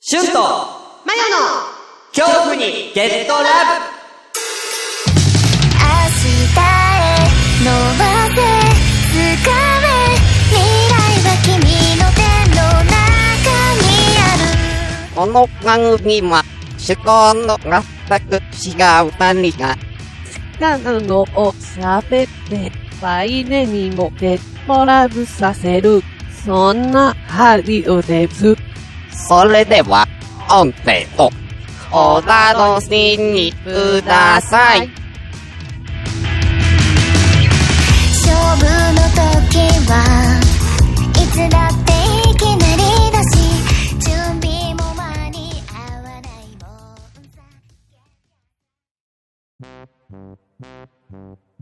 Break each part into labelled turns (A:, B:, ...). A: シュンと
B: マヨの
A: 恐怖にゲッ
C: 明日へ
A: トラブ
C: 伸ばせ掴め未来は君の手の中にある
D: この番組は、趣向の全く違う何が、
E: なのを喋って、ワイネにもデッドラブさせる。そんなハリオです。
D: それでは、音程と、お楽しみください。
C: 勝負の時はいつだっていきなりだし準備も間に合わないもんさ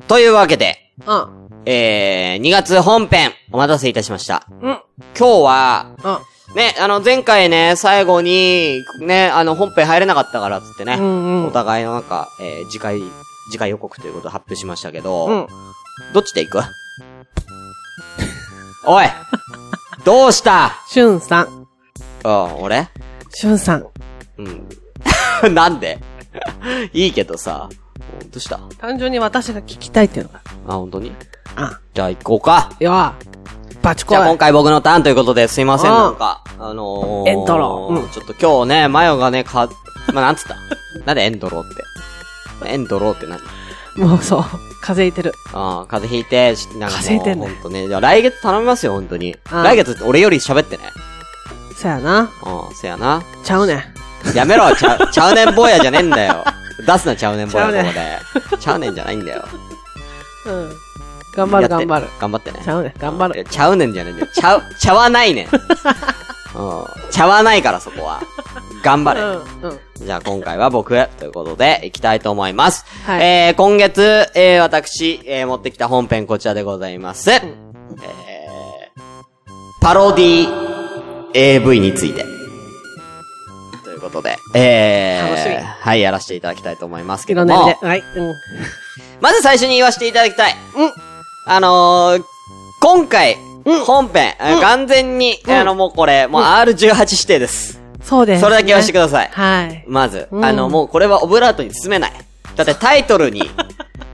A: というわけで、
E: あ、
A: えー、2月本編、お待たせいたしました。
E: うん、
A: 今日は、
E: あ、
A: ね、あの、前回ね、最後に、ね、あの、本編入れなかったから、つってね、
E: うんうん
A: お互いのなんか、えー、次回、次回予告ということを発表しましたけど、
E: うん。
A: どっちで行く おいどうした
E: シュンさん。
A: うん、俺
E: シュンさん。
A: うん。 なんでいいけどさ、どうした
E: 単純に私が聞きたいっていうのが。
A: あ、本当に
E: あ、
A: じゃあ行こうか。
E: よあ、バチコ
A: じゃあ今
E: イ。
A: 回僕のターンということですいません、
E: うん
A: なんか。あのー、
E: エンドロうん
A: ちょっと今日ね、マヨがね、か、 まあ、なんつったなんでエンドロって。エンドロって何
E: もうそう、風邪いてる。
A: ああ、風邪ひいて、しなんかもう
E: 風邪ひいてんだよ
A: ほんとね。じゃあ来月頼みますよ、ほんとに。
E: うん
A: 来月俺より喋ってね。
E: そやな。
A: うん、せやな。
E: ちゃうねん。
A: やめろ、ちゃう、ちゃうねん坊やじゃねえんだよ。出すな、ちゃうねん坊や、
E: ちゃうねん
A: ここで。ちゃうねんじゃないんだよ。
E: うん。頑張る頑張る
A: やっ。て頑張ってね。
E: ちゃうねん。頑張
A: いや
E: る。
A: ちゃうねんじゃねえんだよ。ちゃう、 ちゃわない ねん。うん。ちゃわないから、そこは。頑張れ。
E: うん。うん。
A: じゃあ今回は僕ということでいきたいと思います。
E: はい
A: えー、今月、えー、私、えー、持ってきた本編こちらでございます。えー、パロディ AV について。ということで、えー、
E: 楽しみ
A: はい、やらせていただきたいと思いますけ
E: 色
A: ど
E: 年
A: も
E: で。、はい。うん。
A: まず最初に言わせていただきたい。
E: うん
A: あのー、今回、本編、あ完全に、あの、もうこれ、もうう R18 指定です。
E: そうです、ね。
A: それだけ言わせてください。
E: はい。
A: まず、
E: うん
A: あの、もうこれはオブラートに包めない。だってタイト ルに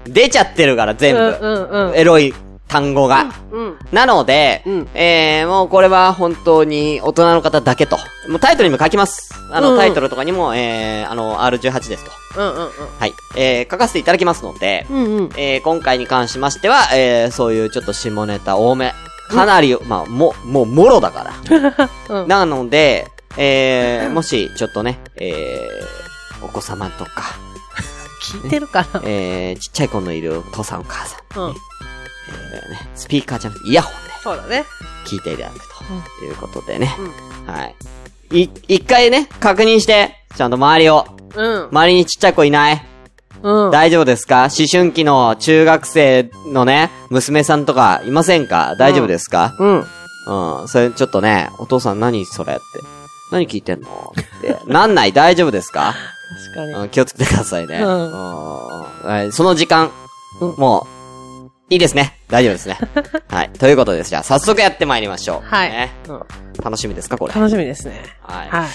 A: 出ちゃってるから全部、
E: うんうんうん
A: エロい単語が。
E: うん。
A: なので、
E: うん
A: えー、もうこれは本当に大人の方だけと。もうタイトルにも書きます。あの、
E: うん
A: タイトルとかにも、えー、あの、R18 ですと。
E: うんうん
A: はい。えー、書かせていただきますので、
E: うん。うんうん。
A: えー、今回に関しましては、えー、そういうちょっと下ネタ多め。かなり、まあ、も、もう、もろだから。
E: うん
A: なので、えー、もし、ちょっとね、えー、お子様とか、
E: 聞いてるかな、
A: えー、ちっちゃい子のいるお父さんお母さん、
E: う
A: え
E: ん。
A: ーね、スピーカーじゃなくてイヤホンで
E: そうだね。
A: 聞いていただくということでね。はい。い、一回ね、確認して、ちゃんと周りを、
E: うん。
A: 周りにちっちゃい子いない
E: うん。
A: 大丈夫ですか思春期の中学生のね、娘さんとかいませんか大丈夫ですか、
E: うん。
A: うん、それちょっとね、お父さん何それって。何聞いてんのって。なんない大丈夫ですか、
E: 確かに。
A: うん、気をつけてくださいね。
E: うん
A: うんはいその時間、
E: うん
A: もう、いいですね。大丈夫 ですね。はい。ということです。じゃあ、早速やってまいりましょう。
E: はい、
A: ね
E: うん。
A: 楽しみですかこれ。
E: 楽しみですね。
A: はい
E: はい。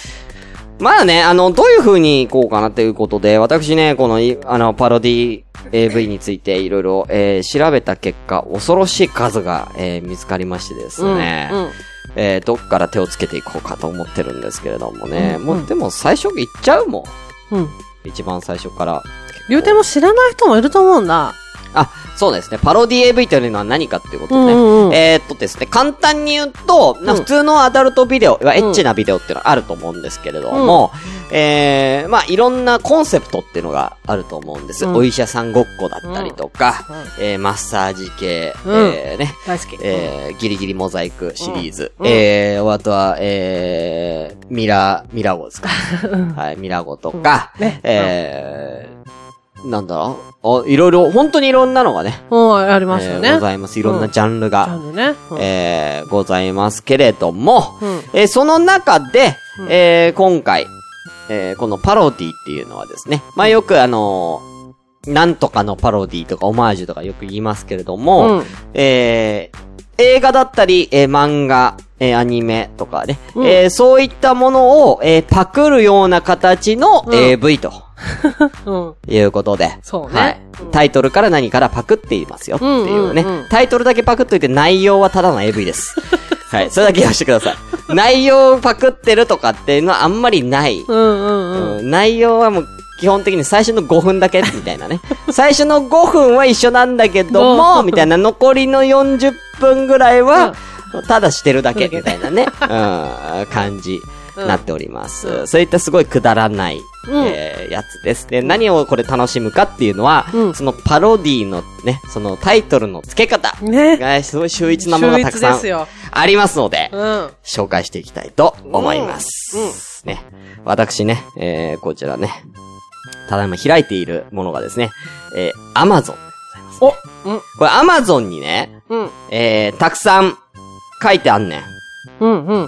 A: まあね、あの、どういう風に行こうかなということで、私ね、このい、あの、パロディ AV についていろいろ、えー調べた結果、恐ろしい数が、えー見つかりましてですね、
E: うんうん
A: えーどっから手をつけていこうかと思ってるんですけれどもね、
E: うん
A: もう、でも最初行っちゃうもん。
E: うん。
A: 一番最初から。
E: 言うても知らない人もいると思うんだ。
A: あ、そうですね。パロディ AV というのは何かっていうことね。
E: うんうんうん
A: えーっとですね、簡単に言うと、な
E: うん
A: 普通のアダルトビデオ、いわゆるエッチなビデオっていうのはあると思うんですけれども、えー、まあいろんなコンセプトっていうのがあると思うんです。
E: うん
A: お医者さんごっこだったりとか、
E: う
A: えーマッサージ系、
E: うん
A: えーね、
E: 大好き。
A: えー、ギリギリモザイクシリーズ。
E: うん
A: えー、あとは、えー、ミラー、ミラー号ですか。 はい、ミラー号とか、
E: うんね
A: えー、なんだろうあ、いろいろ、本当にいろんなのがね、
E: うん、ありますよね。
A: えーございます。いろんなジャンル
E: ちゃん
A: が、
E: とね。うん
A: えー、ございますけれども、
E: うん
A: えーその中で、えー、今回、えー、このパロディっていうのはですね、まあ、よくあのーなんとかのパロディとかオマージュとかよく言いますけれども、
E: うん
A: えー、映画だったり、えー漫画、えーアニメとかね、
E: うん
A: えーそういったものを、えーパクるような形の
E: うん
A: AV と
E: うん。
A: いうことで。
E: そうね
A: はい
E: うん。
A: タイトルから何からパクっていますよっていうね。
E: うんうんうん
A: タイトルだけパクっといて内容はただの AV です。はい。それだけ言わせてください。内容をパクってるとかっていうのはあんまりない。
E: うんうんうん。
A: うん内容はもう基本的に最初の5分だけみたいな ね。最初の5分は一緒なんだけど
E: う
A: も、
E: ん
A: みたいな残りの40分ぐらいは、ただしてるだけ
E: うん
A: みたいなね、うん、感じ。
E: うん
A: なっております、
E: うん
A: そういったすごいくだらない、
E: うん
A: えーやつです。で、何をこれ楽しむかっていうのは、
E: うん
A: そのパロディのね、そのタイトルの付け方
E: ね。
A: がすごい秀逸なものがたくさ
E: 秀逸です
A: ん
E: よ
A: ありますので、
E: うん。
A: 紹介していきたいと思います。ね。私ね、えー、こちらね、ただいま開いているものがですね、えー、Amazon。
E: おうん。
A: これ Amazon にね、
E: うん。
A: えー、たくさん書いてあんねん。
E: うんうん。
A: うん。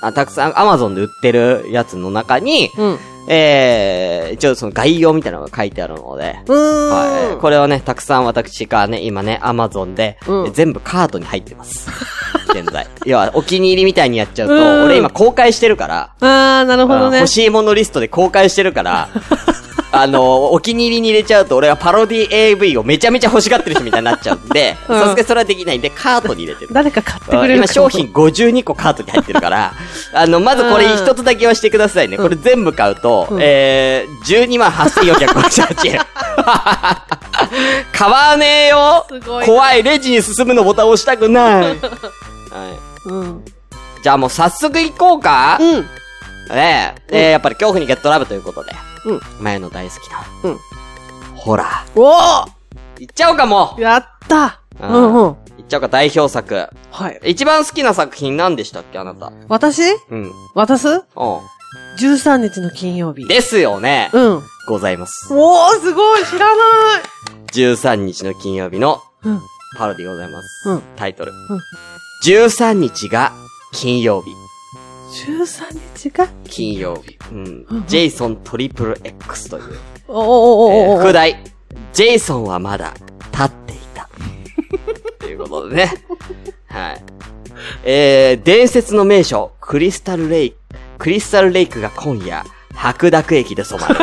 A: あたくさん Amazon で売ってるやつの中に、
E: うん。う
A: えー、一応その概要みたいなのが書いてあるので、
E: ー
A: は
E: ん。
A: い。これをね、たくさん私がね、今ね、アマゾンで、
E: うん
A: 全部カートに入ってます。 現在。要は、お気に入りみたいにやっちゃうと、
E: うん
A: 俺今公開してるから、
E: あー、なるほど
A: うん
E: ね。
A: 欲しいものリストで公開してる から、あの、お気に入りに入れちゃうと、俺はパロディ AV をめちゃめちゃ欲しがってる人みたいになっちゃうんで、
E: うん
A: さすがにそれはできないんで、カートに入れてる。
E: 誰か買ってくれる
A: 今
E: か
A: 商品52個カートに入ってる から、あの、まずこれ一つだけはしてくださいね。これ全部買うと、えー、12万8458円。 買わねえよ
E: すごいな
A: 怖いレジに進むのボタン押したく ない。はい
E: うん。
A: じゃあもう早速行こうか、
E: うん。
A: ねえ、えーやっぱり恐怖にゲットラブということで、
E: うん
A: 前の大好きな、
E: うん
A: ホラー。
E: おー
A: 行っちゃおうかもう
E: やったう
A: うん
E: んうん。
A: 行っちゃおうか代表作。
E: はい。
A: 一番好きな作品何でしたっけあなた。
E: 私
A: うん。
E: 渡す
A: おう
E: ?13 日の金曜日。
A: ですよね。
E: うん。おー、
A: ございます。
E: すごい知らない
A: 13日の金曜日の
E: うん。
A: パロディございます。
E: うん
A: タイトル。
E: ん
A: 13日が金曜日。
E: 13日が
A: 金曜日。うん
E: うん。
A: ジェイソントリプル X という。
E: おお
A: え
E: お
A: ー
E: おお
A: 副題。ジェイソンはまだ立っていた。ということでね。はい。えー、伝説の名所、クリスタルレイク、クリスタルレイクが今夜、白濁駅で染まる。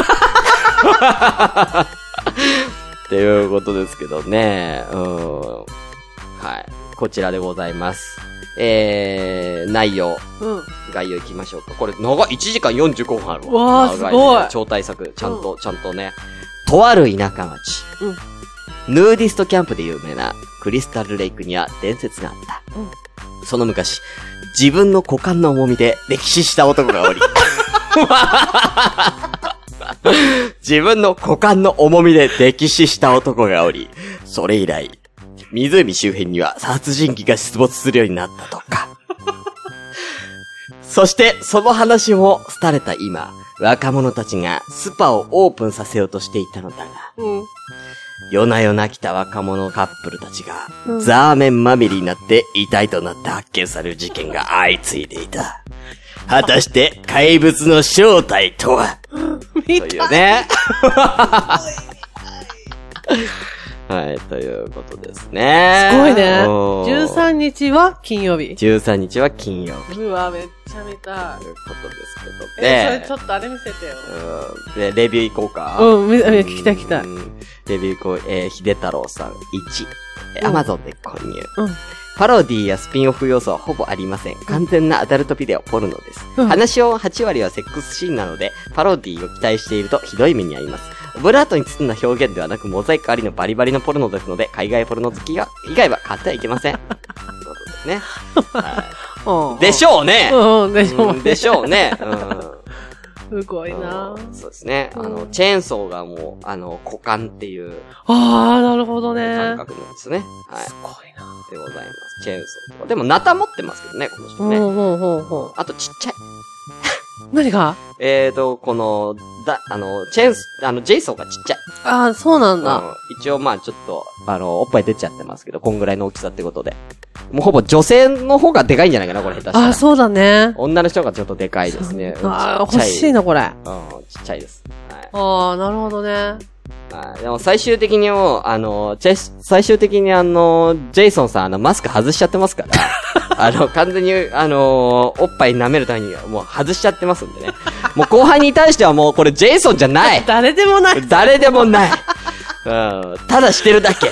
A: っていうことですけどね。うーん。はい。こちらでございます。えー、内容、
E: うん。
A: 概要いきましょうか。これ、長い、1時間45分ある
E: わ
A: わ。
E: ー
A: 長
E: すごい
A: ね超大作。ちゃんと、ちゃんとね。とある田舎町。
E: うん
A: ヌーディストキャンプで有名なクリスタルレイクには伝説があった。その昔、自分の股間の重みで歴死した男がおり。自分の股間の重みで溺死した男がおり、それ以来、湖周辺には殺人鬼が出没するようになったとか。そして、その話も廃れた今、若者たちがスパをオープンさせようとしていたのだが、
E: うん。
A: 夜な夜な来た若者カップルたちが、
E: うん
A: ザーメンまみれになって遺体となって発見される事件が相次いでいた。果たして、怪物の正体とは
E: 見
A: とい
E: た
A: うね。 はい、ということですね。
E: すごいね。
A: おー
E: 13日は金曜日。
A: 13日は金曜日
E: うわ、めっちゃ見たい
A: と。いうことですけど。
E: え、それ
A: で
E: ちょっとあれ見せてよ。
A: うんで、レビューいこうか。
E: うん、み聞きたい聞きたい。
A: うん。レビューこう、えー、秀太郎さん1。えー
E: うん
A: Amazon で購入。
E: うん
A: パロディやスピンオフ要素はほぼありません。完全なアダルトビデオ、ポルノです。
E: うん
A: 話を8割はセックスシーンなので、パロディを期待しているとひどい目に遭います。オブラートに包んだ表現ではなく、モザイクありのバリバリのポルノですので、海外ポルノ好きが、以外は買ってはいけ ません。ということですね。
E: うん。
A: でし
E: ょ
A: ょうね
E: うん、でしょ
A: うんでしょうね。うん
E: すごいな
A: うんそうですね。あの
E: う、ん
A: チェーンソーがもう、あの、股間っていう
E: あー、なるほ
A: 感
E: どね。
A: 覚なんですね。はい
E: す。ごいな
A: でございます。チェーンソーとか。でも、ナタ持ってますけどね、この人
E: ほう
A: ね。
E: ほうほうほ
A: あと、ちっちゃい。
E: う。何が
A: えーと、この、だ、あの、チェーンソー、あの、ジェイソーがちっちゃい。
E: あー、そうなんだ。
A: うん一応、まあちょっと、あの、おっぱい出ちゃってますけど、こんぐらいの大きさってことで。もうほぼ女性の方がでかいんじゃないかな、これ、下手
E: あ
A: し
E: ー、
A: たら。
E: そうだね。
A: 女の人がちょっとでかいですね。
E: ああ、
A: うんちっ
E: 欲
A: ちゃ
E: しいな、これ。あ
A: うん、ちっちゃいです。はい。
E: あ、なるほどね。
A: はいでも最終的にもう、あの、チェス、最終的にあの、ジェイソンさん、あの、マスク外しちゃってますから、 あの、完全に、あの、おっぱい舐めるためにはもう外しちゃってますんでね。もう後半に対してはもうこれジェイソンじゃない
E: 誰でもない。
A: 誰でもない。うん、ただしてるだけ。う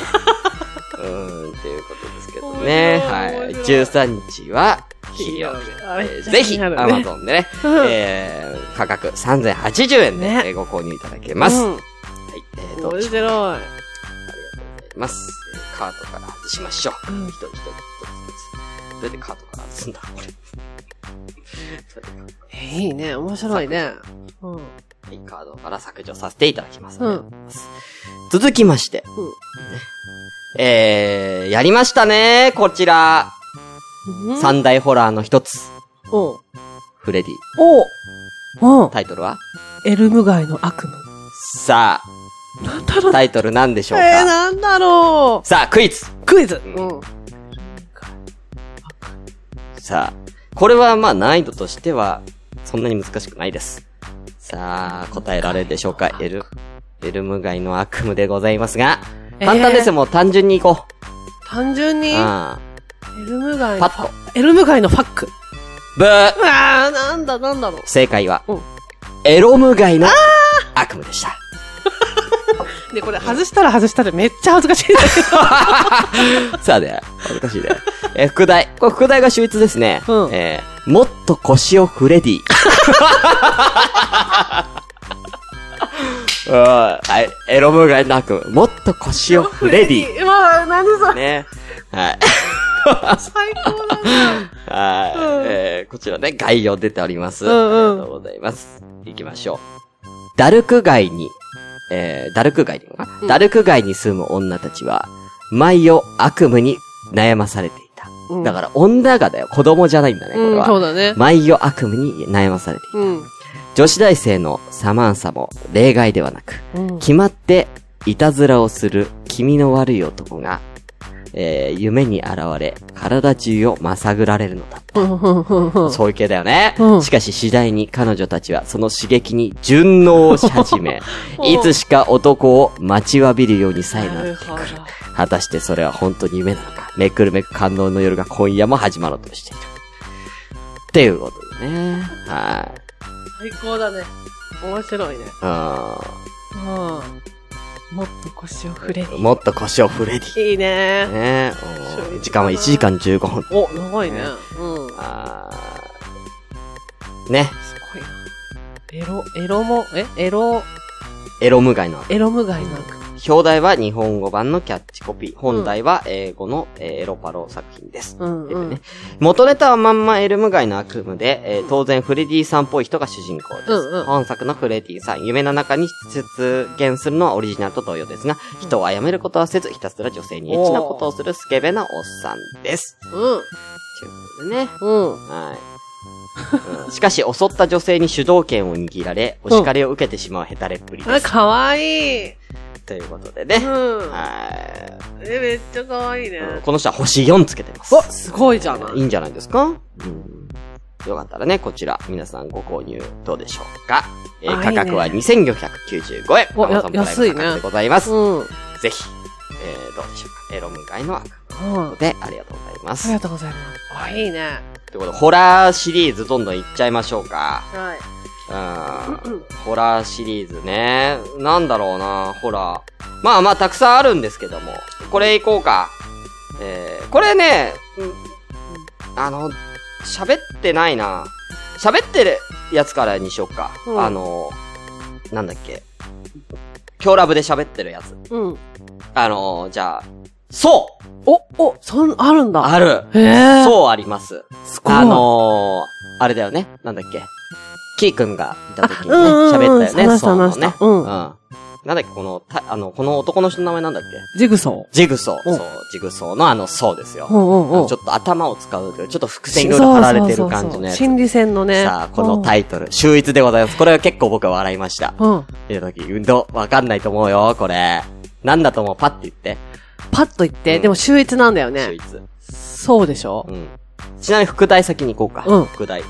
A: ん、っていうことですけどね。は
E: 面白
A: い。
E: い
A: 13日は、金曜日。
E: あ
A: え
E: れ
A: ーぜひ、
E: 気になるね
A: Amazon でね、えー、価格3080円で
E: ね
A: えーご購入いただけます。はい
E: うん。
A: えー、どう
E: 面
A: し
E: 白い。
A: ますえーカートから外しましょう。
E: うん
A: 一人一人一人ずつ。どうやってカートから外すんだろう、これ。
E: えーいいね。面白いね。うん。
A: はい、カードから削除させていただきます。
E: うん
A: ありがとうございます続きまして。
E: うん
A: ねえー、やりましたね、こちら。
E: うん
A: 三大ホラーの一つ。
E: おう
A: フレディ。
E: おうん。
A: タイトルは
E: エルム街の悪夢。
A: さ
E: なんだろ
A: あ、
E: う。
A: タイトルなんでし
E: え
A: ょ
E: ー
A: うか、
E: なんだろ
A: さあ、クイズ
E: う。クイズ。
A: ん
E: うん。
A: さあ、これはまあ難易度としては、そんなに難しくないです。さあ、答えられるでしょうかエル、エルム街の悪夢でございますが、
E: えー
A: 簡単ですよ、もう単純にいこ
E: 単純に、
A: う。う
E: エ
A: ん。
E: ルム街
A: パ
E: の
A: ッと。
E: エルム街のファック。
A: ブー
E: うわー、なんだなんだろう。
A: 正解は
E: うん、
A: エロム街の悪夢でした。
E: で、これ外したら外したらめっちゃ恥ずかしいんだ
A: さあね、恥ずかしいね。えー副題。これ副題が秀逸ですね。
E: うん
A: えーもっと腰をフレディ。うんはい。エロム街の悪夢。もっと腰をフレディ。
E: けど。うわー、何それ。
A: ね。はい。
E: 最高だな。
A: はい、
E: うん
A: えーこちらね、概要出ております。
E: うんうん
A: ありがとうございます。行きましょう。ダルク街に、えーダルク街に、
E: うん
A: ダルク街に住む女たちは、毎夜悪夢に悩まされていた。
E: うん
A: だから女がだよ、子供じゃないんだね、これ
E: うん、
A: は。
E: そうだね。
A: 毎夜悪夢に悩まされていた。
E: うん。
A: 女子大生のサマンサも例外ではなく、
E: うん。
A: 決まって、いたずらをする気味の悪い男が、えー夢に現れ、体中をまさぐられるのだった。そういう系だよね。
E: うん
A: しかし次第に彼女たちはその刺激に順応をし始 め、
E: うん
A: いつしか男を待ちわびるようにさえな
E: なる
A: ってく
E: ほど
A: る。果たしてそれは本当に夢なのか。めくるめく感動の夜が今夜も始まろうとしている。っていうことでね。はい。
E: 最高だね。面白いね。
A: う
E: うん。もっと腰を振れ
A: ん。もっと腰を振れディ。
E: いいね。
A: ねうん時間は1時間15分。
E: お、長いね。うん。す
A: あーね。
E: ごいな。エロ、エロも、えエロ、
A: エロ無害の悪夢
E: エロ無害なん
A: 表題は日本語版のキャッチコピー。本題は英語の、えーエロパロ作品です。
E: うんうん。うん
A: 元ネタはまんまエルム街の悪夢で、えー当然フレディさんっぽい人が主人公です。
E: うんうん
A: 本作のフレディさん、夢の中に出現するのはオリジナルと同様ですが、人を殺めることはせず、ひたすら女性にエッチなことをするスケベなおっさんです。ということでね。
E: うん。
A: はい。うんしかし、襲った女性に主導権を握られ、お叱りを受けてしまうヘタレっぷりで
E: あ、
A: す。
E: かわいい。
A: ということでね。
E: うん。
A: はい。
E: え、めっちゃかわいいね。
A: この人は星4つけてます。
E: お、すごいじゃない
A: いいんじゃないですかうん。よかったらね、こちら、皆さんご購入どうでしょうか。えー
E: あいい
A: 価
E: ね
A: 格は2495円。
E: お
A: Amazon プラ
E: や
A: イム
E: 安いね
A: 価格でございます。
E: うん。うん。
A: ぜひ、えー、どうでしょうか。エロム街の悪
E: あ
A: 夢でありがとうございま
E: り
A: す。
E: がとうございます。あ、いいね。
A: ということで、ホラーシリーズどんどんいっちゃいましょうか。
E: はい。
A: うん。ホラーシリーズね。なんだろうな、ホラー。まあまあ、たくさんあるんですけども。これいこうか。えー、これね、うんあの、喋ってないな。喋ってるやつからにしよっか。
E: うん
A: あの、なんだっけ。今日ラブで喋ってるやつ。
E: うん。
A: あの、じゃあ、そう
E: お、お、そん、あるんだ。
A: ある
E: へえ。
A: そうあります。
E: う、すごい。
A: あ、のー、あれだよね。なんだっけ。キーくんがいた時にね、
E: あうんうんう
A: 喋
E: ん
A: ったよね、
E: 話した
A: そうなの
E: 話
A: ね
E: し。たうん
A: なんだっけ、この、たあの、この男の人の名前なんだっけ
E: ジグソ
A: ジグソー。
E: うん
A: そう、ジグソーのあの、そうですよ。
E: ー。うんうん
A: あ
E: う
A: の
E: ん。
A: ちょ
E: っ
A: っと頭を使うという、ちょっと伏線が張られてる感じのやつ。
E: 心理戦のね。
A: さあ、この
E: イ
A: タイトル、秀逸でございます。これは結構僕は笑いました。
E: うん。
A: えとき、運動、わかんないと思うよ、これ。なんだと思う、パッて言って。
E: パッと言って、でも秀逸なんだよ
A: 秀
E: ね。
A: 逸。
E: そうでしょ
A: うん。ちなみに副題先に行こうか。
E: うん
A: 副題。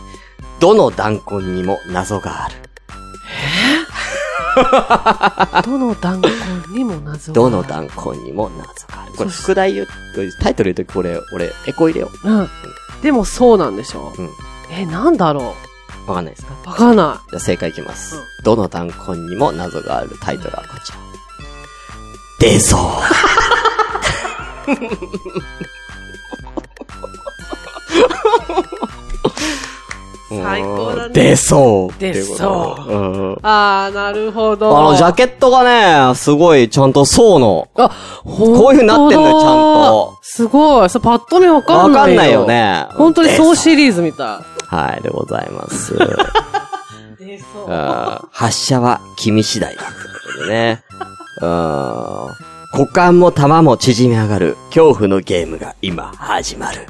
A: どの弾痕にも謎がある。
E: どの弾痕にも謎が
A: どの弾痕にも謎がある。これ、副題言う、タイトル言うときこれ、俺、エコ入れよ
E: うん。でもそうなんでしょ
A: うん
E: え、なんだろ
A: う。わかんないですか
E: うわかんな
A: じゃあ正解いきます。
E: うん
A: どの弾痕にも謎があるタイトルはこちら。出そう。
E: 最高だね
A: うん出そう。
E: 出そ
A: っ
E: う
A: ていことうん
E: い。あー、なるほど。
A: あの、ジャケットがね、すごい、ちゃんと層の。
E: あ、
A: こういう風になってんのよ
E: ほだ
A: ちゃんと
E: すごい。そう、パッと見わかんないよ。
A: わかんないよね
E: 本当にそうシリーズみた
A: はい、でございます。うん発射は君次第だ。ってことでね。うん股間も玉も縮み上がる恐怖のゲームが今始まる。
E: い。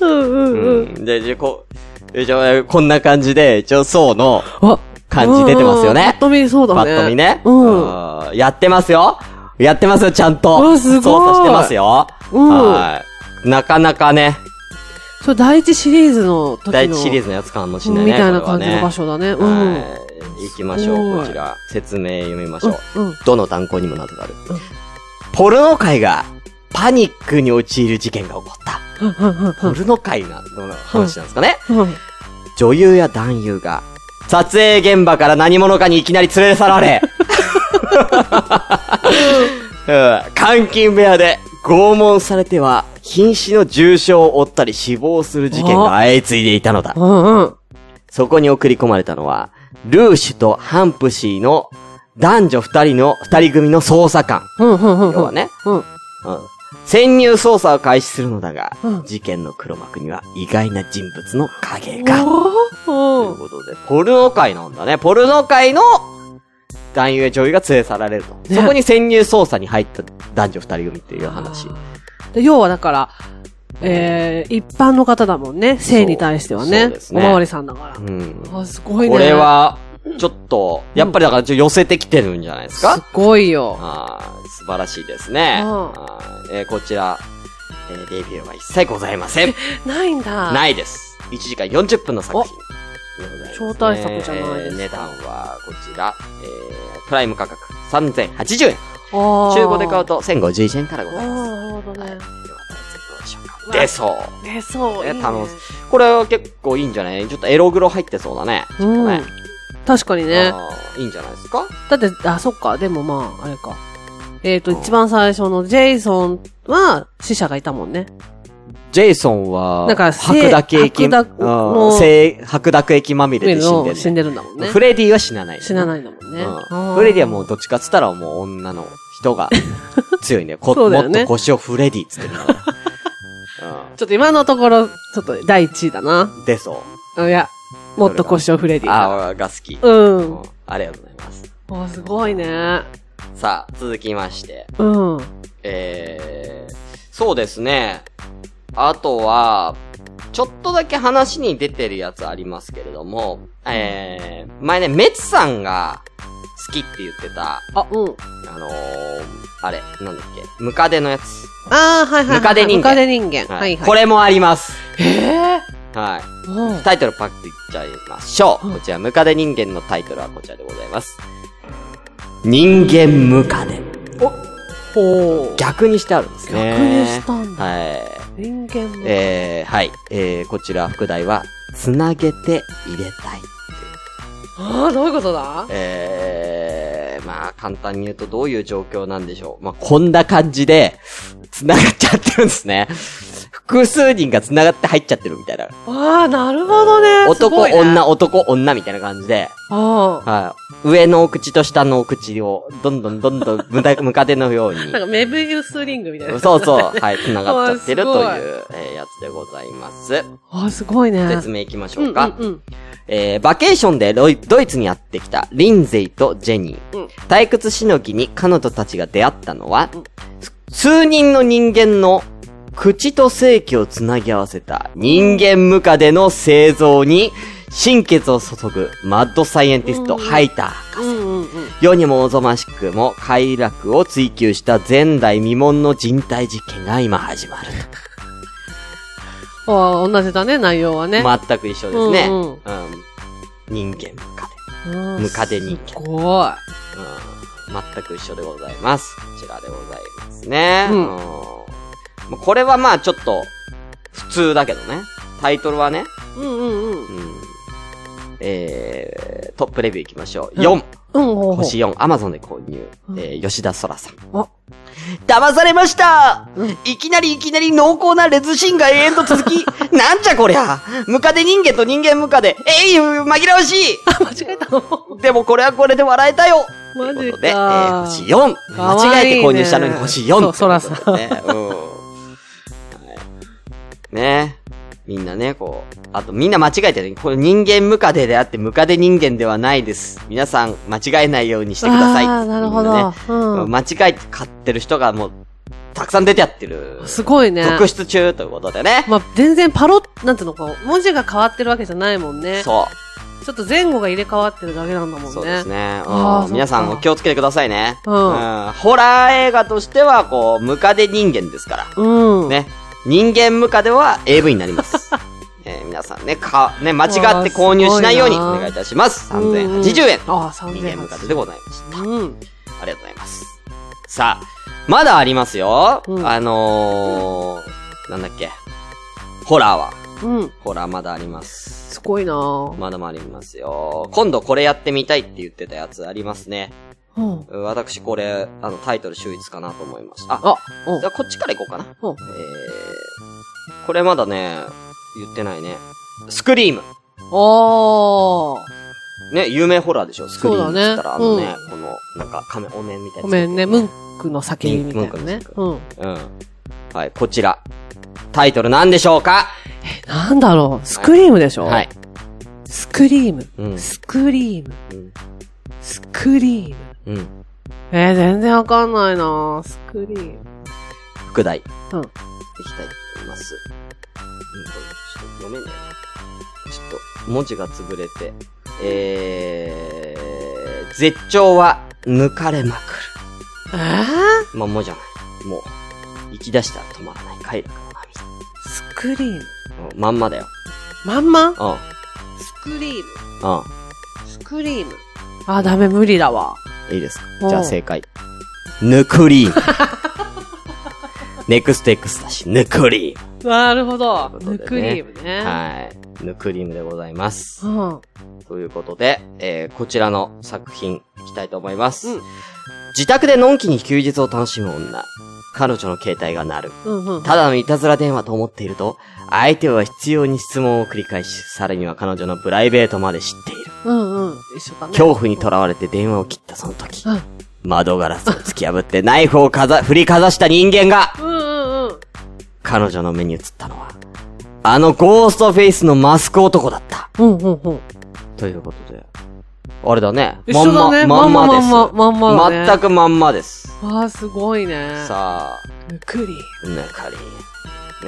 E: うんうんうん。
A: うん。で、じゃ、こ、じゃ、こんな感じで、一応層の
E: あ
A: 感じ出てますよ
E: うんうん
A: ね
E: パッ。と見そうだね。
A: パッと見ね。
E: うん。
A: うんやってますよ。やってますよ、ちゃんと。
E: うわすごい
A: 操作してますよ。
E: うん
A: はい。なかなかね、
E: それ第一シリーズの時の。
A: 第一シリーズのやつかもしれないね。
E: みたいな感じの場
A: 所。
E: 所だね。うん。
A: はい。行きましょ
E: すご
A: う、こ
E: い
A: ちら。説明読みましょう。
E: うん。うん。
A: どの断行にもなどがある。ポルノ界がパニックに陥る事件が起こった。ポルノ界がどの話なんですかね、
E: うん。
A: 女優や男優が撮影現場から何者かにいきなり連れ去られ、うん監禁部屋で拷問されては瀕死の重傷を負ったり死亡する事件が相次いでいたのだ。
E: うんうん。
A: そこに送り込まれたのは、ルーシュとハンプシーの男女二人の、二人組の捜査官。
E: うんうんうん。
A: 要はね、
E: うん。
A: うん潜入捜査を開始するのだが、
E: うん
A: 事件の黒幕には意外な人物の影が。とい
E: お
A: う
E: ー
A: ことで、ポルノ界なんだね。ポルノ界の男優や女優が連れ去られると。
E: ね
A: そこに潜入捜査に入った男女二人組っていう話。
E: で要はだから、えー、一般の方だもんね。性に対しては
A: そう
E: ね
A: で。す
E: お
A: ね
E: まわりさんだか
A: うん。
E: ら。あ、すごいね。
A: これ、は、ちょっと、やっぱりだからちょっと寄せてきてるんじゃないですか、
E: すごいよ。
A: あー素晴らしいですね。
E: うん
A: あーえーこちら、えーレビューは一切ございません。
E: ないんだ。い。
A: ないです。1時間40分の作品でございますね。
E: 超大作じゃないですか
A: えー値段はこちら、えー、プライム価格3080円。
E: あー
A: 中古で買う。と1051円からござい
E: あ
A: ます。
E: ーなるほど
A: はい。で
E: ね
A: は。どうでしょう
E: う
A: か。
E: わ
A: 出そう。
E: で、そう。
A: ね
E: いいね
A: 楽しこれは結構いいんじゃないちょっとエログロ入ってそうだね。ちょっと
E: う
A: ね
E: ん。。確かにね。
A: あーいいんじゃないですか
E: だって、あ、そっか。でもまあ、あれか。えっ、と、一番最初のジェイソンは死者がいたもんね。
A: ジェイソンは、
E: なんか
A: 白濁液、
E: 白濁の
A: うん性白濁液まみれで死んでる、
E: 死ん
A: ね。
E: でるんだもんね
A: フ。レディは死なない、。
E: 死ないないんだもんね。
A: うん、
E: あー
A: フレディはもうどっちかっつったらもう女の人 が強いね。こ
E: そうだよね
A: もっと腰をフレディっつってるの。
E: ちょっと今のところ、ちょっと第一位だな。
A: うん、出そ
E: いや、もっと腰をフレデ
A: う。
E: ィが。
A: ああ、が好き、
E: う
A: うん
E: ん。
A: ありがとうございます。
E: おすごいね。
A: さあ、続きまして。
E: うん。
A: えー、そうですね。あとは、ちょっとだけ話に出てるやつありますけれども、えー、前ね、メツさんが好きって言ってた、
E: あ、うん。
A: あのー、あれ、なんだっけ、ムカデのやつ。
E: あー、はいはいはい。
A: ムカデ人間
E: ムカデ人間。はいはい。
A: これもあります。
E: え
A: はい。
E: ーうん
A: タイトルパッといっちゃいましょう。こちら、ムカデ人間のタイトルはこちらでございます。人間ムカデ。
E: ほう。
A: 逆にしてあるんですね。
E: 逆にしたんだ
A: はい。
E: 人間も。
A: えー、はい。えー、こちら、副題は、つなげて入れたい。
E: あー、どういうことだ
A: えー、まあ、簡単に言うとどういう状況なんでしょう。まあ、こんな感じで、つながっちゃってるんですね。複数人がつながって入っちゃってるみた いな。
E: あー、なるほどね。す
A: 男、
E: ごいね。
A: 女、男、女みたいな感じで、
E: あー
A: はい。上のお口と下のお口を、どんどんどんどんムダ、ムカデのように。
E: なんかメビウスリングみたいな。
A: そうそう、はい、繋がっちゃってると
E: わあ
A: い
E: す
A: う、えーやつでございます。
E: あー、すごいね。
A: 説明いきましょうか。
E: うんうんうん、
A: えーバケーションでロイドイツにやってきたリンゼイとジェニー。
E: うん
A: 退屈しのぎに彼女たちが出会ったのは、数人の人間の口と性器をつなぎ合わせた人間無化での製造に心血を注ぐマッドサイエンティスト、
E: うん
A: ハイター博士
E: うんうんうん。
A: 世にもおぞましくも快楽を追求した前代未聞の人体実験が今始まる
E: ああ、同じだね、内容はね。
A: と。全く一緒ですね。
E: うん
A: うん人間ムカ
E: うん
A: ムカデ人間
E: すごい。
A: デ。うん。全く一緒でございます。こちらでございますね。
E: うん
A: ん。まあこれはまあちょっと、普通だけどね。タイトルはね。
E: うんうんうん。
A: うん。えー、トップレビューいきましょう。
E: うん
A: 4。
E: うん、ほうほう。
A: 星4、アマゾンで購入。
E: うん
A: えー、吉田そらさん。
E: あ
A: 騙されました、
E: うん
A: いきなりいきなり濃厚なレズシーンが永遠と続き、 なんじゃこりゃムカデ人間と人間ムカデ、えい紛らわし い
E: あ、間違えたの
A: でもこれはこれで笑えたよ
E: マ
A: という
E: ジ
A: ことで、えー、
E: か。
A: 星4
E: かわいいね
A: 間違えて購入したのに星4
E: そうそらさん
A: ということでねうんはいねみんなね、こう。あと、みんな間違えてね。これ人間ムカデであって、ムカデ人間ではないです。皆さん、間違えないようにしてください。
E: あーなるほ
A: みんな
E: ど
A: ね。
E: うん。
A: 間違えて買ってる人がもう、たくさん出てやってる。
E: すごいね。
A: 続出中ということでね。
E: まあ、全然パロ、なんていうのか、文字が変わってるわけじゃないもんね。
A: そ
E: ちょっと前後が入れ替わってるだけなんだもん
A: う。
E: ね。
A: そうですね。
E: あー
A: うん皆さ
E: そ
A: ん
E: っか
A: お気をつけてくださいね。
E: うん
A: うんホラー映画としては、こう、ムカデ人間ですから。
E: うん。
A: ね。人間ムカデは AV になります。 えー皆さんね、か、ね、間違って購入しないように
E: あーす
A: お
E: ごいな
A: 願いいたします。
E: うんうん。
A: 3080円。
E: ああ、
A: 人
E: 3000
A: 間
E: 円。
A: ムカデでございました。
E: うん。
A: ありがとうございます。さあ、まだありますよ。
E: うん
A: あのー、なんだっけ。ホラーは。
E: うん。
A: ホラーまだあります。
E: すごいなぁ。
A: まだまだありますよ。今度これやってみたいって言ってたやつありますね。
E: うん。
A: う私これ、あの、タイトル秀逸かなと思いました。あ、
E: あ、うん
A: じゃあこっちから行こうかな。
E: うん。
A: えー、これまだね、言ってないね。スクリーム。
E: おー。
A: ね、有名ホラーでしょスクリーム
E: そ
A: っ
E: う
A: て言
E: だね
A: ったら、あのね、この、なんか、仮面、お面みたいな。
E: ごめんね、ムンクの叫びみたいな
A: ムン
E: ね
A: ク。
E: う
A: の
E: ん。
A: うん。はい、こちら。タイトルなんでしょうか
E: なんだろう、スクリームでしょ
A: はい。。
E: スクリーム。
A: うん。
E: スクリーム。
A: うん。
E: スクリーム。
A: うん。
E: えー、全然わかんないなぁ。スクリーム。
A: 副題。
E: うん
A: いきたいと思います。うん、これ、ちょっと読めない。ちょっと、文字が潰れて。えー、絶頂は抜かれまくる。
E: えー、
A: まあ、もうじゃない。もう、行き出したら止まらない快楽の波
E: スクリーム。。
A: うんまんまだよ。
E: まんま
A: うん。
E: スクリーム。
A: う
E: スクリーム。あ、ダメ、無理だわ。
A: ん。いいですか
E: おう
A: じゃあ正解。ぬくりーむ。ネクスト X だし、ぬくりー
E: なるほど。
A: というこ
E: ぬ
A: と
E: ク
A: でね
E: リームね。
A: む。はい。ぬくりーむでございます。
E: うん。
A: ということで、えー、こちらの作品、いきたいと思います。
E: うん
A: 自宅でのんきに休日を楽しむ女。彼女の携帯が鳴る。
E: うんうん。
A: ただのいたずら電話と思っていると、相手は必要に質問を繰り返し、さらには彼女のプライベートまで知っている。
E: うんうん。一緒だね。
A: 恐怖に囚われて電話を切ったその時
E: うん、
A: 窓ガラスを突き破ってナイフをかざ、振りかざした人間が、
E: うんうんうん。
A: 彼女の目に映ったのは、あのゴーストフェイスのマスク男だった。
E: うんうんうん。
A: ということで、あれだね。
E: 一緒だね
A: まんま、まんまです。
E: まんままんままんまだね
A: 全くまんまです。
E: わあ、すごいね。
A: さあ、
E: ぬくり。
A: うなかり。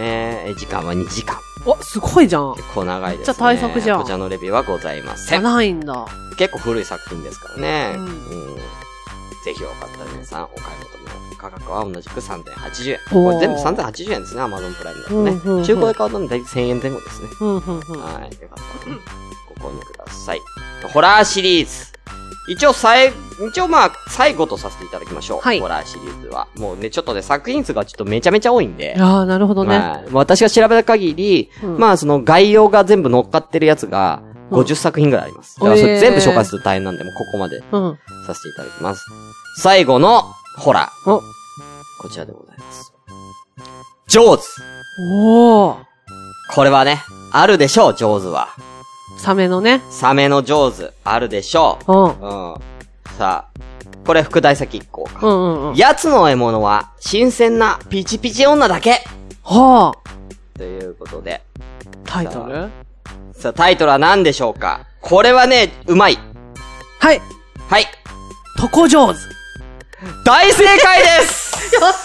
A: ねえ、時間は2時間。
E: お、すごいじゃん。
A: 結構長いですね。
E: めっちゃ大作じゃん
A: こちらのレビューはございま
E: じ
A: せ
E: ゃ
A: ん。
E: ないんだ。
A: 結構古い作品ですからね。う
E: うんん。
A: ぜひよかったら皆さん、お買い求め価格は同じく3080円。
E: おー
A: これ全部3080円ですね、アマゾンプライムだとね。
E: うんうんうん
A: 中古で買うとね大体1000円前後ですね。
E: うんうんう
A: はい。
E: ん。
A: よかったらご購入ください。ホラーシリーズ。一応、さえ、一応まあ、最後とさせていただきましょう。
E: はい
A: ホラーシリーズは。もうね、ちょっとね、作品数がちょっとめちゃめちゃ多いんで。
E: ああ、なるほどね。
A: まあ、私が調べた限り、
E: うん
A: まあその概要が全部乗っかってるやつが、
E: うん
A: 50作品ぐらいあります。だからそ
E: え
A: れ
E: ー
A: 全部紹介すると大変なんで、もうここまで
E: うん。
A: させていただきます。最後の、ホラー。
E: お
A: こちらでございます。ジョーズ。
E: おー。
A: これはね、あるでしょう、ジョーズは。
E: サメのね。
A: サメのジョーズ、あるでしょ
E: うん。う
A: う。
E: ん
A: うん。さあ、これ副題先行こう
E: う
A: か。
E: んうん。
A: 奴の獲物は、新鮮なピチピチ女だけ
E: はあ。
A: ということで。
E: タイトル
A: さあ、タイトルは何でしょうかこれはね、うまい。
E: はい。
A: はい。
E: トコ上手。
A: 大正解です
E: やった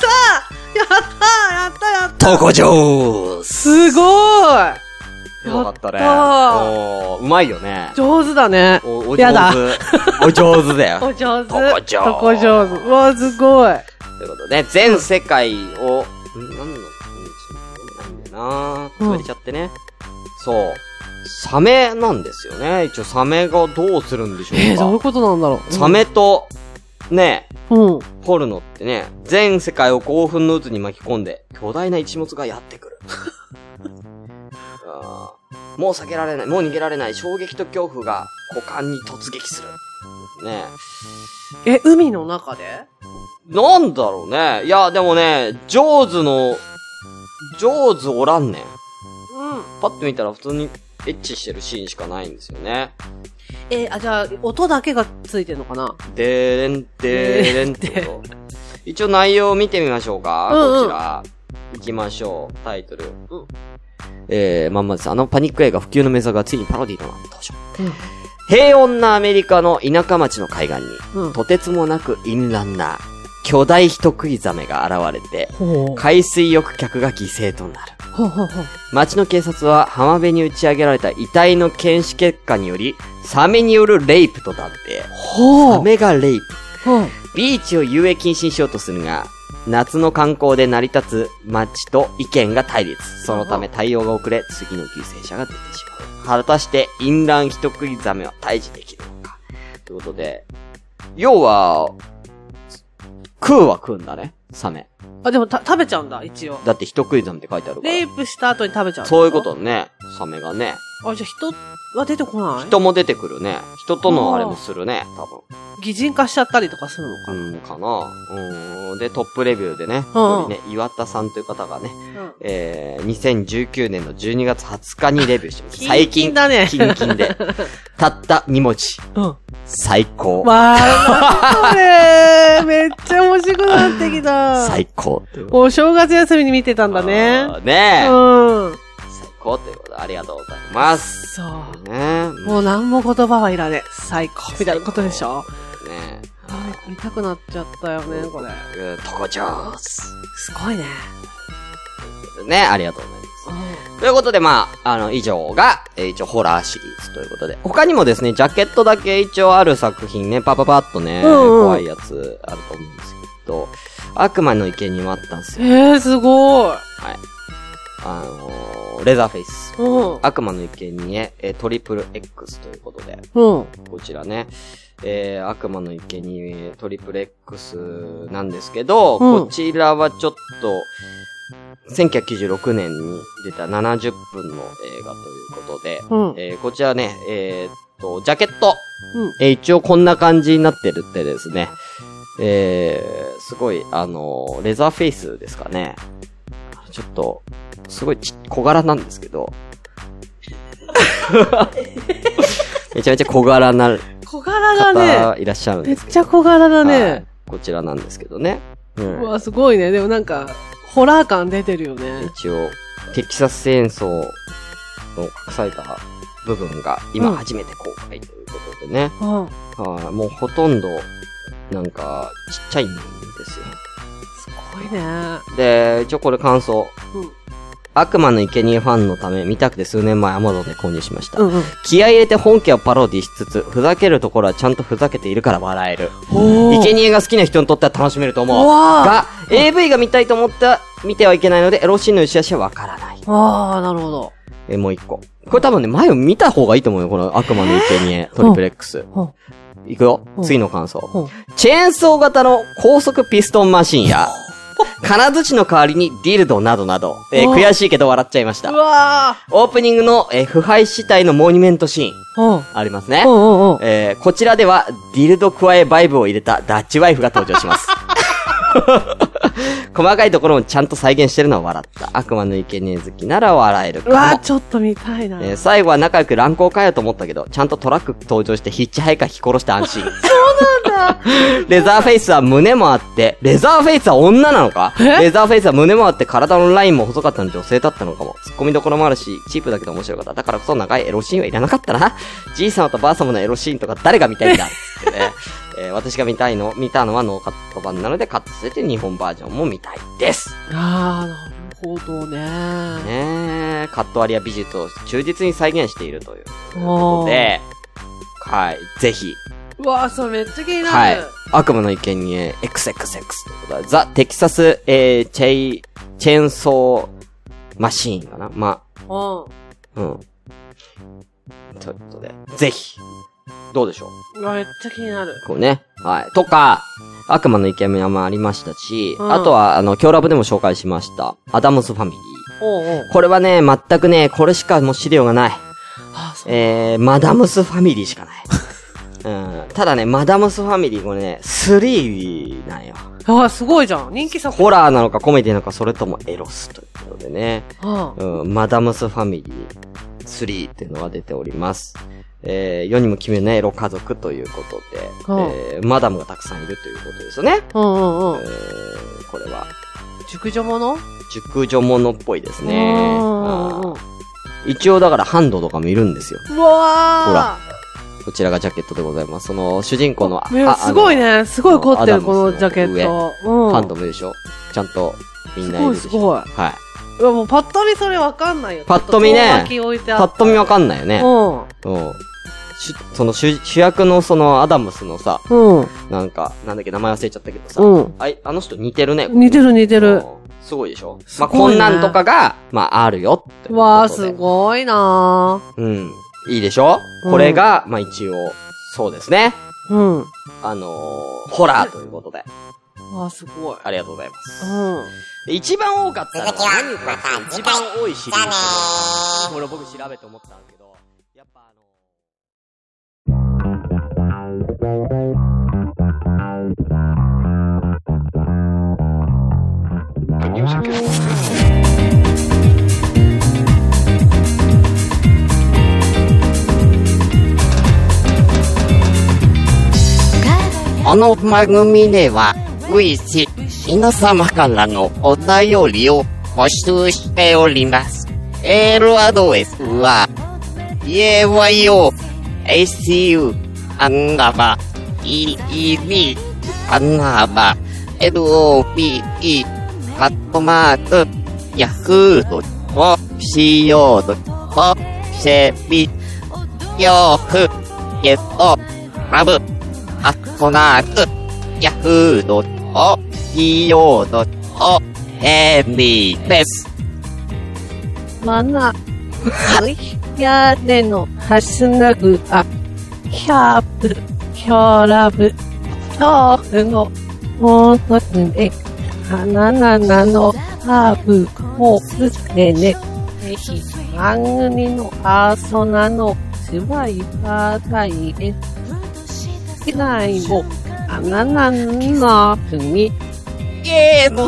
E: ーやったーやったやった
A: トコジョーズ
E: すごーい
A: よかったね。
E: やったー
A: おーうまいよね。
E: 上手だね。
A: お、お上手。
E: やだ
A: お上手だ
E: お
A: よ。
E: 上手。
A: とこ上手
E: とこ上手。うわあ、すごい。
A: ということで、全世界を、んなんだ、うんちょっと読めないんだよな
E: うん
A: 潰れちゃってね。そう。サメなんですよね。一応サメがどうするんでしょうか。
E: えー、どういうことなんだろう。
A: サメと、ね、
E: うん。
A: ポルノってね、全世界を興奮の渦に巻き込んで、巨大な一物がやってくる。 あーもう避けられない、もう逃げられない衝撃と恐怖が股間に突撃する。ね
E: え、海の中で
A: え。なんだろうね。いや、でもね、ジョーズの、ジョーズおらんねん。
E: うん。
A: パッと見たら普通にエッチしてるシーンしかないんですよね。
E: えーあ、じゃあ、音だけがついてんのかな
A: でーれん、でーれんってこと。一応内容を見てみましょうか。
E: うんうん
A: こちら。行きましょう。タイトル。えー、まんまです。あのパニック映画普及の目覚がついにパロディーとなった登場。平穏なアメリカの田舎町の海岸に、
E: うん。うん。
A: とてつもなく淫乱な巨大人食いザメが現れて、
E: ほう。
A: 海水浴客が犠牲となる。
E: ほうほうほう。
A: 町の警察は浜辺に打ち上げられた遺体の検視結果により、サメによるレイプとなって、
E: ほ
A: サメがレイプ。
E: ほう。
A: ビーチを遊泳禁止にしようとするが、夏の観光で成り立つ町と意見が対立。そのため対応が遅れ、次の犠牲者が出てしまう。果たして、淫乱人食いザメは退治できるのか。ということで、要は、食うは食うんだね。サメ。
E: あ、でもた食べちゃうんだ、一応。
A: だって人食いザメって書いてあるか
E: レイ
A: ら。
E: プした後に食べちゃう。
A: そういうことね。サメがね。
E: あ、じゃあ人は出てこない
A: 人も出てくるね。人とのあれもするね。多分。
E: 擬人化しちゃったりとかするのか
A: うん、かな。うん。で、トップレビューでね、
E: うん
A: 一人ね、岩田さんという方がね、
E: な、
A: えー、2019年の12月20日にレビューしてます。
E: キンキン
A: 最近
E: だね
A: キンキン で。たった2文字。
E: うん。うん。
A: 最高。
E: わあ、これめっちゃ面白くなってきた。
A: 最高っていうこ
E: お正月休みに見てたん
A: と。
E: だね。
A: あー。ねえ。
E: うん。
A: 最高ということで、ありがとうございます。
E: そう。
A: ねえ。
E: もう何も言葉はいらねえ。最高。みたいなことでしょ
A: うんね
E: あー見たくなっちゃったよね、これ。
A: え。グーとこちょーす。
E: すごいね。
A: ねありがとうございます。
E: う
A: ということで、まあ、あの、以上が、えー一応ホラーシリーズということで。他にもですね、ジャケットだけ一応ある作品ね、パパパッとね、
E: うんうん
A: 怖いやつあると思うんですけど、悪魔の池にもあったんですよ。
E: んえー、すごい。
A: あのー、レザーフェイス。
E: うん。
A: 悪魔の池にね、えートリプル X ということで、
E: うん。
A: こちらね、えー、悪魔の池にえートリプル X なんですけど、
E: うん
A: こちらはちょっと、1996年に出た70分の映画ということで、
E: うん。
A: えーこちらね、えーっと、ジャケット。
E: うん
A: えー一応こんな感じになってるってですね。えー、すごい、あのーレザーフェイスですかね。ちょっと、すごいち小柄なんですけど。 めちゃめちゃ小柄な
E: 小柄だね。
A: 方いらっしゃるん
E: め
A: で
E: っ
A: すけ
E: ち
A: ど。
E: ゃ小柄だ
A: は
E: ね
A: い。こちらなんですけどね。う。
E: うんわ、すごいね。でもなんか、ホラー感出てるよね。
A: 一応、テキサス戦争の隠された部分が今初めて公開ということでね。
E: うん。
A: はい、もうほとんど、なんか、ちっちゃいんですよ。
E: すごいね。
A: で、一応これ感想。
E: うん
A: 悪魔の生贄ファンのため、見たくて数年前 Amazon で購入しました。
E: うんうん。
A: 気合い入れて本家をパロディしつつ、ふざけるところはちゃんとふざけているから笑える。
E: おー
A: 生贄が好きな人にとっては楽しめると思う。
E: わー
A: が、AV が見たいと思った、見てはいけないので、エロシーンの良し悪しはわからない。
E: ああ、なるほど。
A: え、もう一個。これ多分ね、前を見た方がいいと思うよ、この悪魔の生贄、トリプレックス
E: ほう。
A: いくよ
E: ほ。う
A: 次の感想。
E: ほう
A: チェーンソー型の高速ピストンマシン や、金槌の代わりにディルドなどなど、えー
E: お
A: 悔しいけど笑っちゃいまし
E: う
A: た。
E: わ
A: オープニングの、えー腐敗死体のモニュメントシーン、
E: ーうん。
A: ありますね
E: う。んうんうん。
A: えーこちらでは、ディルド加えバイブを入れたダッチワイフが登場し ます。 細かいところもちゃんと再現してるのは笑った。悪魔の生贄好きなら笑えるか
E: う
A: も。
E: わーちょっと見たいな。
A: えー最後は仲良く乱行かよと思ったけど、ちゃんとトラック登場してヒッチハイカー引き殺した安心。 レザーフェイスは胸もあって、レザーフェイスは女なのかレザーフェイスは胸もあって体のラインも細かったので女性だったのかも。ツッコミどころもあるし、チープだけど面白かった。だからこそ長いエロシーンはいらなかったな。じい様とばあ様のエロシーンとか誰が見たいんだつってね。えー私が見たいの、見たのはノーカット版なのでカットされて日本バージョンも見たいです。
E: ああ、なるほどね。
A: ねえ、カット割りや美術を忠実に再現しているということで、はい、ぜひ、
E: うわーそれめっちゃ気に
A: は
E: ないる。、
A: 悪魔の意見に XXX ということで、ザ・テキサス、えー、チェイ、チェーンソーマシーンかなま
E: うん。
A: あ、うん。ということで、ぜひ、どうでしょう
E: うわめっちゃ気になる。
A: こうね。はい。とか、悪魔のイケメンもありましたし、
E: うん
A: あとは、あの、今日ラブでも紹介しました、アダムスファミリー。
E: おうおう。
A: これはね、全くね、これしかもう資料がない。
E: あ、そう。
A: えー、マダムスファミリーしか ない。うん。ただね、マダムスファミリーこれね、3なんよ。
E: あ、すごいじゃん。人気作。
A: ホラーなのかコメディなのか、それともエロスということでね。
E: うん。
A: うん、マダムスファミリー3っていうのが出ております。えー、世にも奇妙なエロ家族ということで、えー、マダムがたくさんいるということですよね。
E: うんうんう
A: え
E: ん。
A: ー、これは、
E: 熟女もの
A: 熟女ものっぽいですね。
E: うんうんうん
A: あー一応だからハンドとかもいるんですよ。
E: うわ
A: こちらがジャケットでございます。その、主人公の、
E: ーいや
A: あ
E: すごい。ね。すごい凝って
A: あの
E: る、このジャケット。う
A: あの
E: ん。
A: ハンドもいるでしょちゃんと、みんないるでしょ
E: すごいすごい
A: はい。
E: いや、もうパッと見それわかんないよ。
A: パッと見ね
E: ちょっ遠巻き置いてあ
A: ぱ
E: っ
A: っと見わかんないよね。
E: う
A: うん。しその主主役のそのアダムスのさ、
E: ん。うん。
A: なんか、なんだっけ名前忘れちゃったけどさ、
E: うん。
A: あい、あの人似てるね。
E: 似てる似て
A: う
E: る
A: ん。すごいでしょ、
E: す
A: まあ、
E: ご
A: こん
E: いね
A: なんとかが、まあ、あるよっていうことで。
E: わあ、すごいな
A: うん。いいでしょ、
E: うん
A: これが、まあ一応、そうですね。
E: ーうん。わ
A: あのー、ホラーということで。
E: あ、すごい。
A: ありがとうございます。
E: うん。
A: で一番多かったのは
D: 続きは
A: 何かっていうと
D: また次
A: 一
D: 回
A: 番多いシリ
D: じゃ
A: ーズ
D: あねー
A: これを僕調べて思ったんだけど、やっぱあの
D: この番組では、随時、皆様からのお便りを募集しております。メールアドレスは、ayo.hcu アンダーバー eed アンダーバー lope カットマーク yahoo.co.jp よーくゲットラブアットマーク、ヤフードと、CO ドと、エビです。
E: まな、屋根のハッシュタグは、キャープ、キョーラブ、豆腐の、もう一つね、カナナナのハーブ、もうすでね、ぜひ、番組のパーソナの、シワイパータイへ、 機内を、カナナナナふに、
D: イェーイ